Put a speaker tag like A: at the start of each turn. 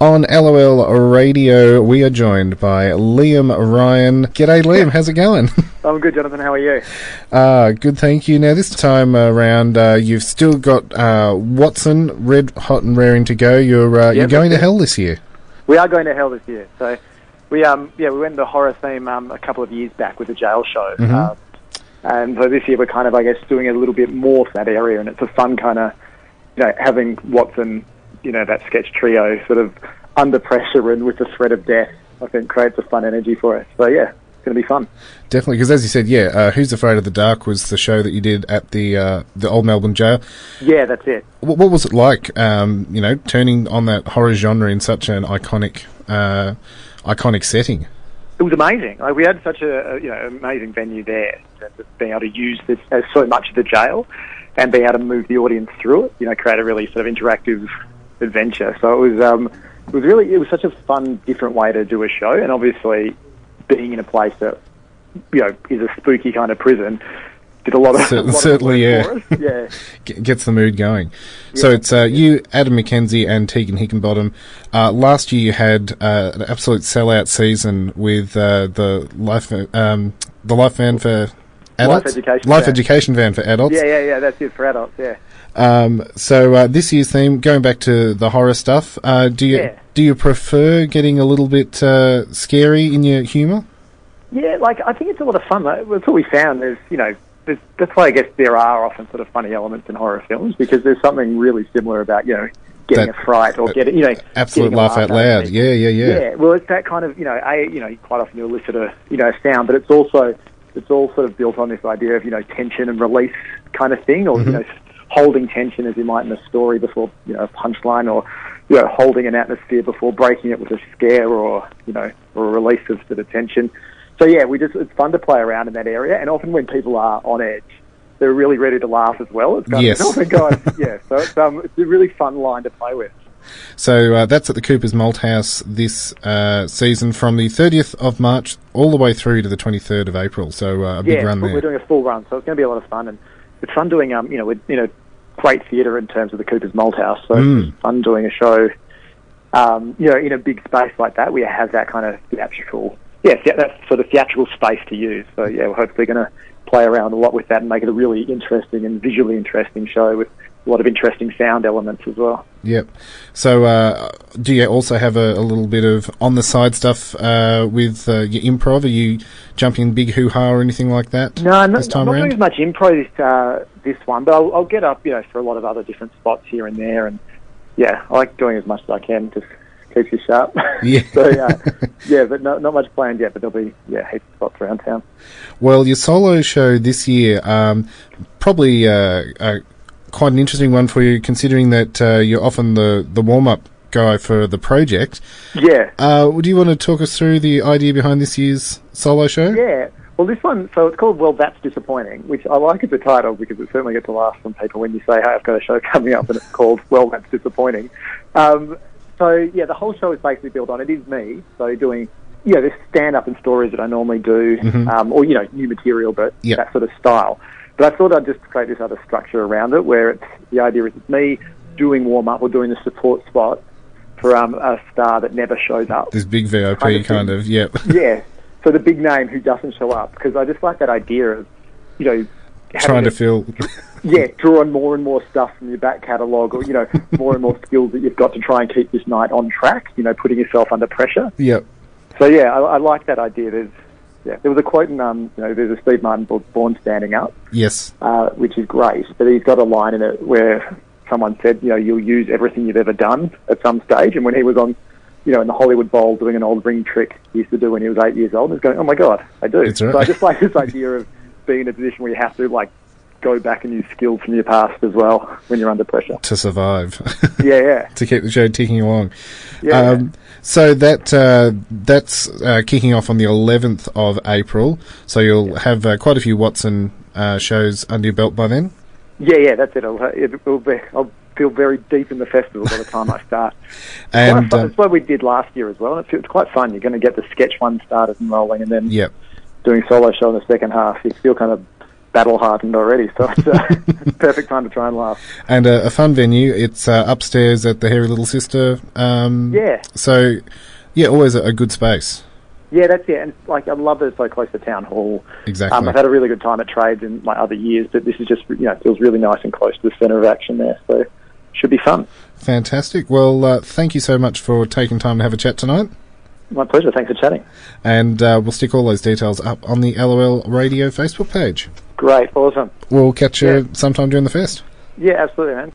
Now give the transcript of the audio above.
A: On LOL Radio, we are joined by Liam Ryan. G'day, Liam. How's it going?
B: I'm good, Jonathan. How are you?
A: Uh, good, thank you. Now, this time around, uh, you've still got uh, Watson red hot and raring to go. You're uh, you're
B: that's
A: going to
B: it.
A: hell this year.
B: We are going to hell this year. So we um yeah we went the horror theme um, a couple of years back with the jail show, um, and so this year we're kind of I guess doing it a little bit more for that area, and it's a fun kind of you know having Watson you know that sketch trio sort of under pressure and with the threat of death. I think creates a fun energy for us. So yeah, it's going to be fun.
A: Definitely, because as you said, yeah, uh, Who's Afraid of the Dark was the show that you did at the uh, the Old Melbourne Jail.
B: Yeah, that's it.
A: What, what was it like? Um, you know, turning on that horror genre in such an iconic uh, iconic setting.
B: it was amazing. Like we had such a, a you know amazing venue there, in terms of being able to use this as so much of the jail, and being able to move the audience through it. You know, create a really sort of interactive adventure. So it was um, it was really it was such a fun, different way to do a show, and obviously being in a place that you know is a spooky kind of prison did a lot of,
A: Cer-
B: a lot of
A: certainly,
B: work
A: yeah.
B: for us. yeah.
A: G- gets the mood going. So it's uh, you, Adam McKenzie, and Tegan Hickenbottom. Uh, last year you had uh, an absolute sellout season with uh, the life um, the life van for adults,
B: Education
A: life
B: Van.
A: education van for adults.
B: Yeah, yeah, yeah, that's it for adults, yeah.
A: Um, so uh, this year's theme, going back to the horror stuff, uh, do you
B: Yeah.
A: do you prefer getting a little bit uh, scary in your humour?
B: Yeah, like I think it's a lot of fun. Though. That's what we found. There's, you know, there's, that's why I guess there are often sort of funny elements in horror films because there's something really similar about you know getting
A: That-
B: a fright or getting you know
A: Absolute
B: getting a
A: laugh out
B: of
A: loud.
B: it.
A: Yeah, yeah, yeah.
B: yeah. Well, it's that kind of you know a you know quite often you elicit a you know a sound, but it's also it's all sort of built on this idea of you know tension and release kind of thing, or you know holding tension as you might in a story before you know a punchline, or you know holding an atmosphere before breaking it with a scare or you know or a release of sort of tension. So yeah, we just it's fun to play around in that area, and often when people are on edge. They're really ready to laugh as well. It's kind
A: Yes.
B: of, oh my god, yeah. So it's, um, it's a really fun line to play with.
A: So uh, that's at the Cooper's Malthouse this uh, season from the 30th of March all the way through to the 23rd of April. So uh, a big
B: yeah,
A: run
B: but
A: there.
B: we're doing a full run, so it's going to be a lot of fun, and it's fun doing um, you know, with you know, great theatre in terms of the Cooper's Malthouse. So it's fun doing a show, um, you know, in a big space like that. We have that kind of theatrical, yeah, thea- that sort of theatrical space to use. So yeah, we're hopefully going to play around a lot with that and make it a really interesting and visually interesting show with a lot of interesting sound elements as well.
A: Yep. So uh, do you also have a, a little bit of on the side stuff uh, with uh, your improv? Are you jumping big hoo ha or anything like that?
B: No, I'm not,
A: this time
B: I'm not
A: around.
B: doing as much improv this, uh, this one, but I'll, I'll get up, you know, for a lot of other different spots here and there, and yeah, I like doing as much as I can. Just keeps you sharp.
A: Yeah.
B: so uh, yeah, but no, not much planned yet. But there'll be yeah, heaps of spots around town.
A: Well, your solo show this year, um, probably uh, uh, quite an interesting one for you, considering that uh, you're often the, the warm up guy for the project.
B: Yeah.
A: Uh, do you want to talk us through the idea behind this year's solo show?
B: Yeah. Well, this one, so it's called Well That's Disappointing, which I like as a title because it certainly gets a laugh from people when you say, hey, I've got a show coming up and it's called Well That's Disappointing. Um, so, yeah, the whole show is basically built on it is me, so doing, you know, this stand up and stories that I normally do, um, or, you know, new material, but
A: Yep.
B: that sort of style. But I thought I'd just create this other structure around it where it's the idea is it's me doing warm up or doing the support spot for um, a star that never shows up
A: This big VIP
B: Kind
A: kind
B: of
A: of,
B: thing.
A: yep.
B: yeah. So the big name who doesn't show up because I just like that idea of, you know, having
A: Trying to
B: to-
A: feel.
B: yeah, draw on more and more stuff from your back catalogue, or you know, more and more skills that you've got to try and keep this night on track. You know, putting yourself under pressure.
A: yep.
B: So yeah, I, I like that idea. There's yeah, there was a quote in um, you know, there's a Steve Martin book, Born Standing Up,
A: Yes.
B: uh, which is great. But he's got a line in it where someone said, you know, you'll use everything you've ever done at some stage. And when he was on, you know, in the Hollywood Bowl doing an old ring trick he used to do when he was eight years old, and was going, oh my God, I do.
A: That's right.
B: So I just like this idea of being in a position where you have to, like, go back and use skills from your past as well when you're under pressure.
A: To survive.
B: Yeah, yeah.
A: to keep the show ticking along.
B: Yeah.
A: Um, so that uh, that's uh, kicking off on the 11th of April. So you'll have uh, quite a few Watson uh, shows under your belt by then.
B: Yeah, yeah, that's it. I'll, it'll be, I'll feel very deep in the festival by the time I start.
A: And
B: Quite fun.
A: um,
B: it's what we did last year as well, and it's, it's quite fun. You're going to get the sketch one started and rolling, and then
A: yep.
B: doing solo show in the second half. You feel kind of battle hardened already, so it's a perfect time to try and laugh.
A: And a, a fun venue. It's uh, upstairs at the Hairy Little Sister. Um,
B: Yeah.
A: So, yeah, always a, a good space.
B: Yeah, that's it. And like, I love that it's so close to town hall.
A: Exactly.
B: Um, I've had a really good time at trades in my other years, but this is just you know it feels really nice and close to the centre of action there, so should be fun.
A: Fantastic. Well, uh, thank you so much for taking time to have a chat tonight.
B: My pleasure. Thanks for chatting.
A: And uh, we'll stick all those details up on the LOL Radio Facebook page.
B: Great. Awesome.
A: We'll catch you
B: Yeah.
A: sometime during the fest.
B: Yeah, absolutely, man.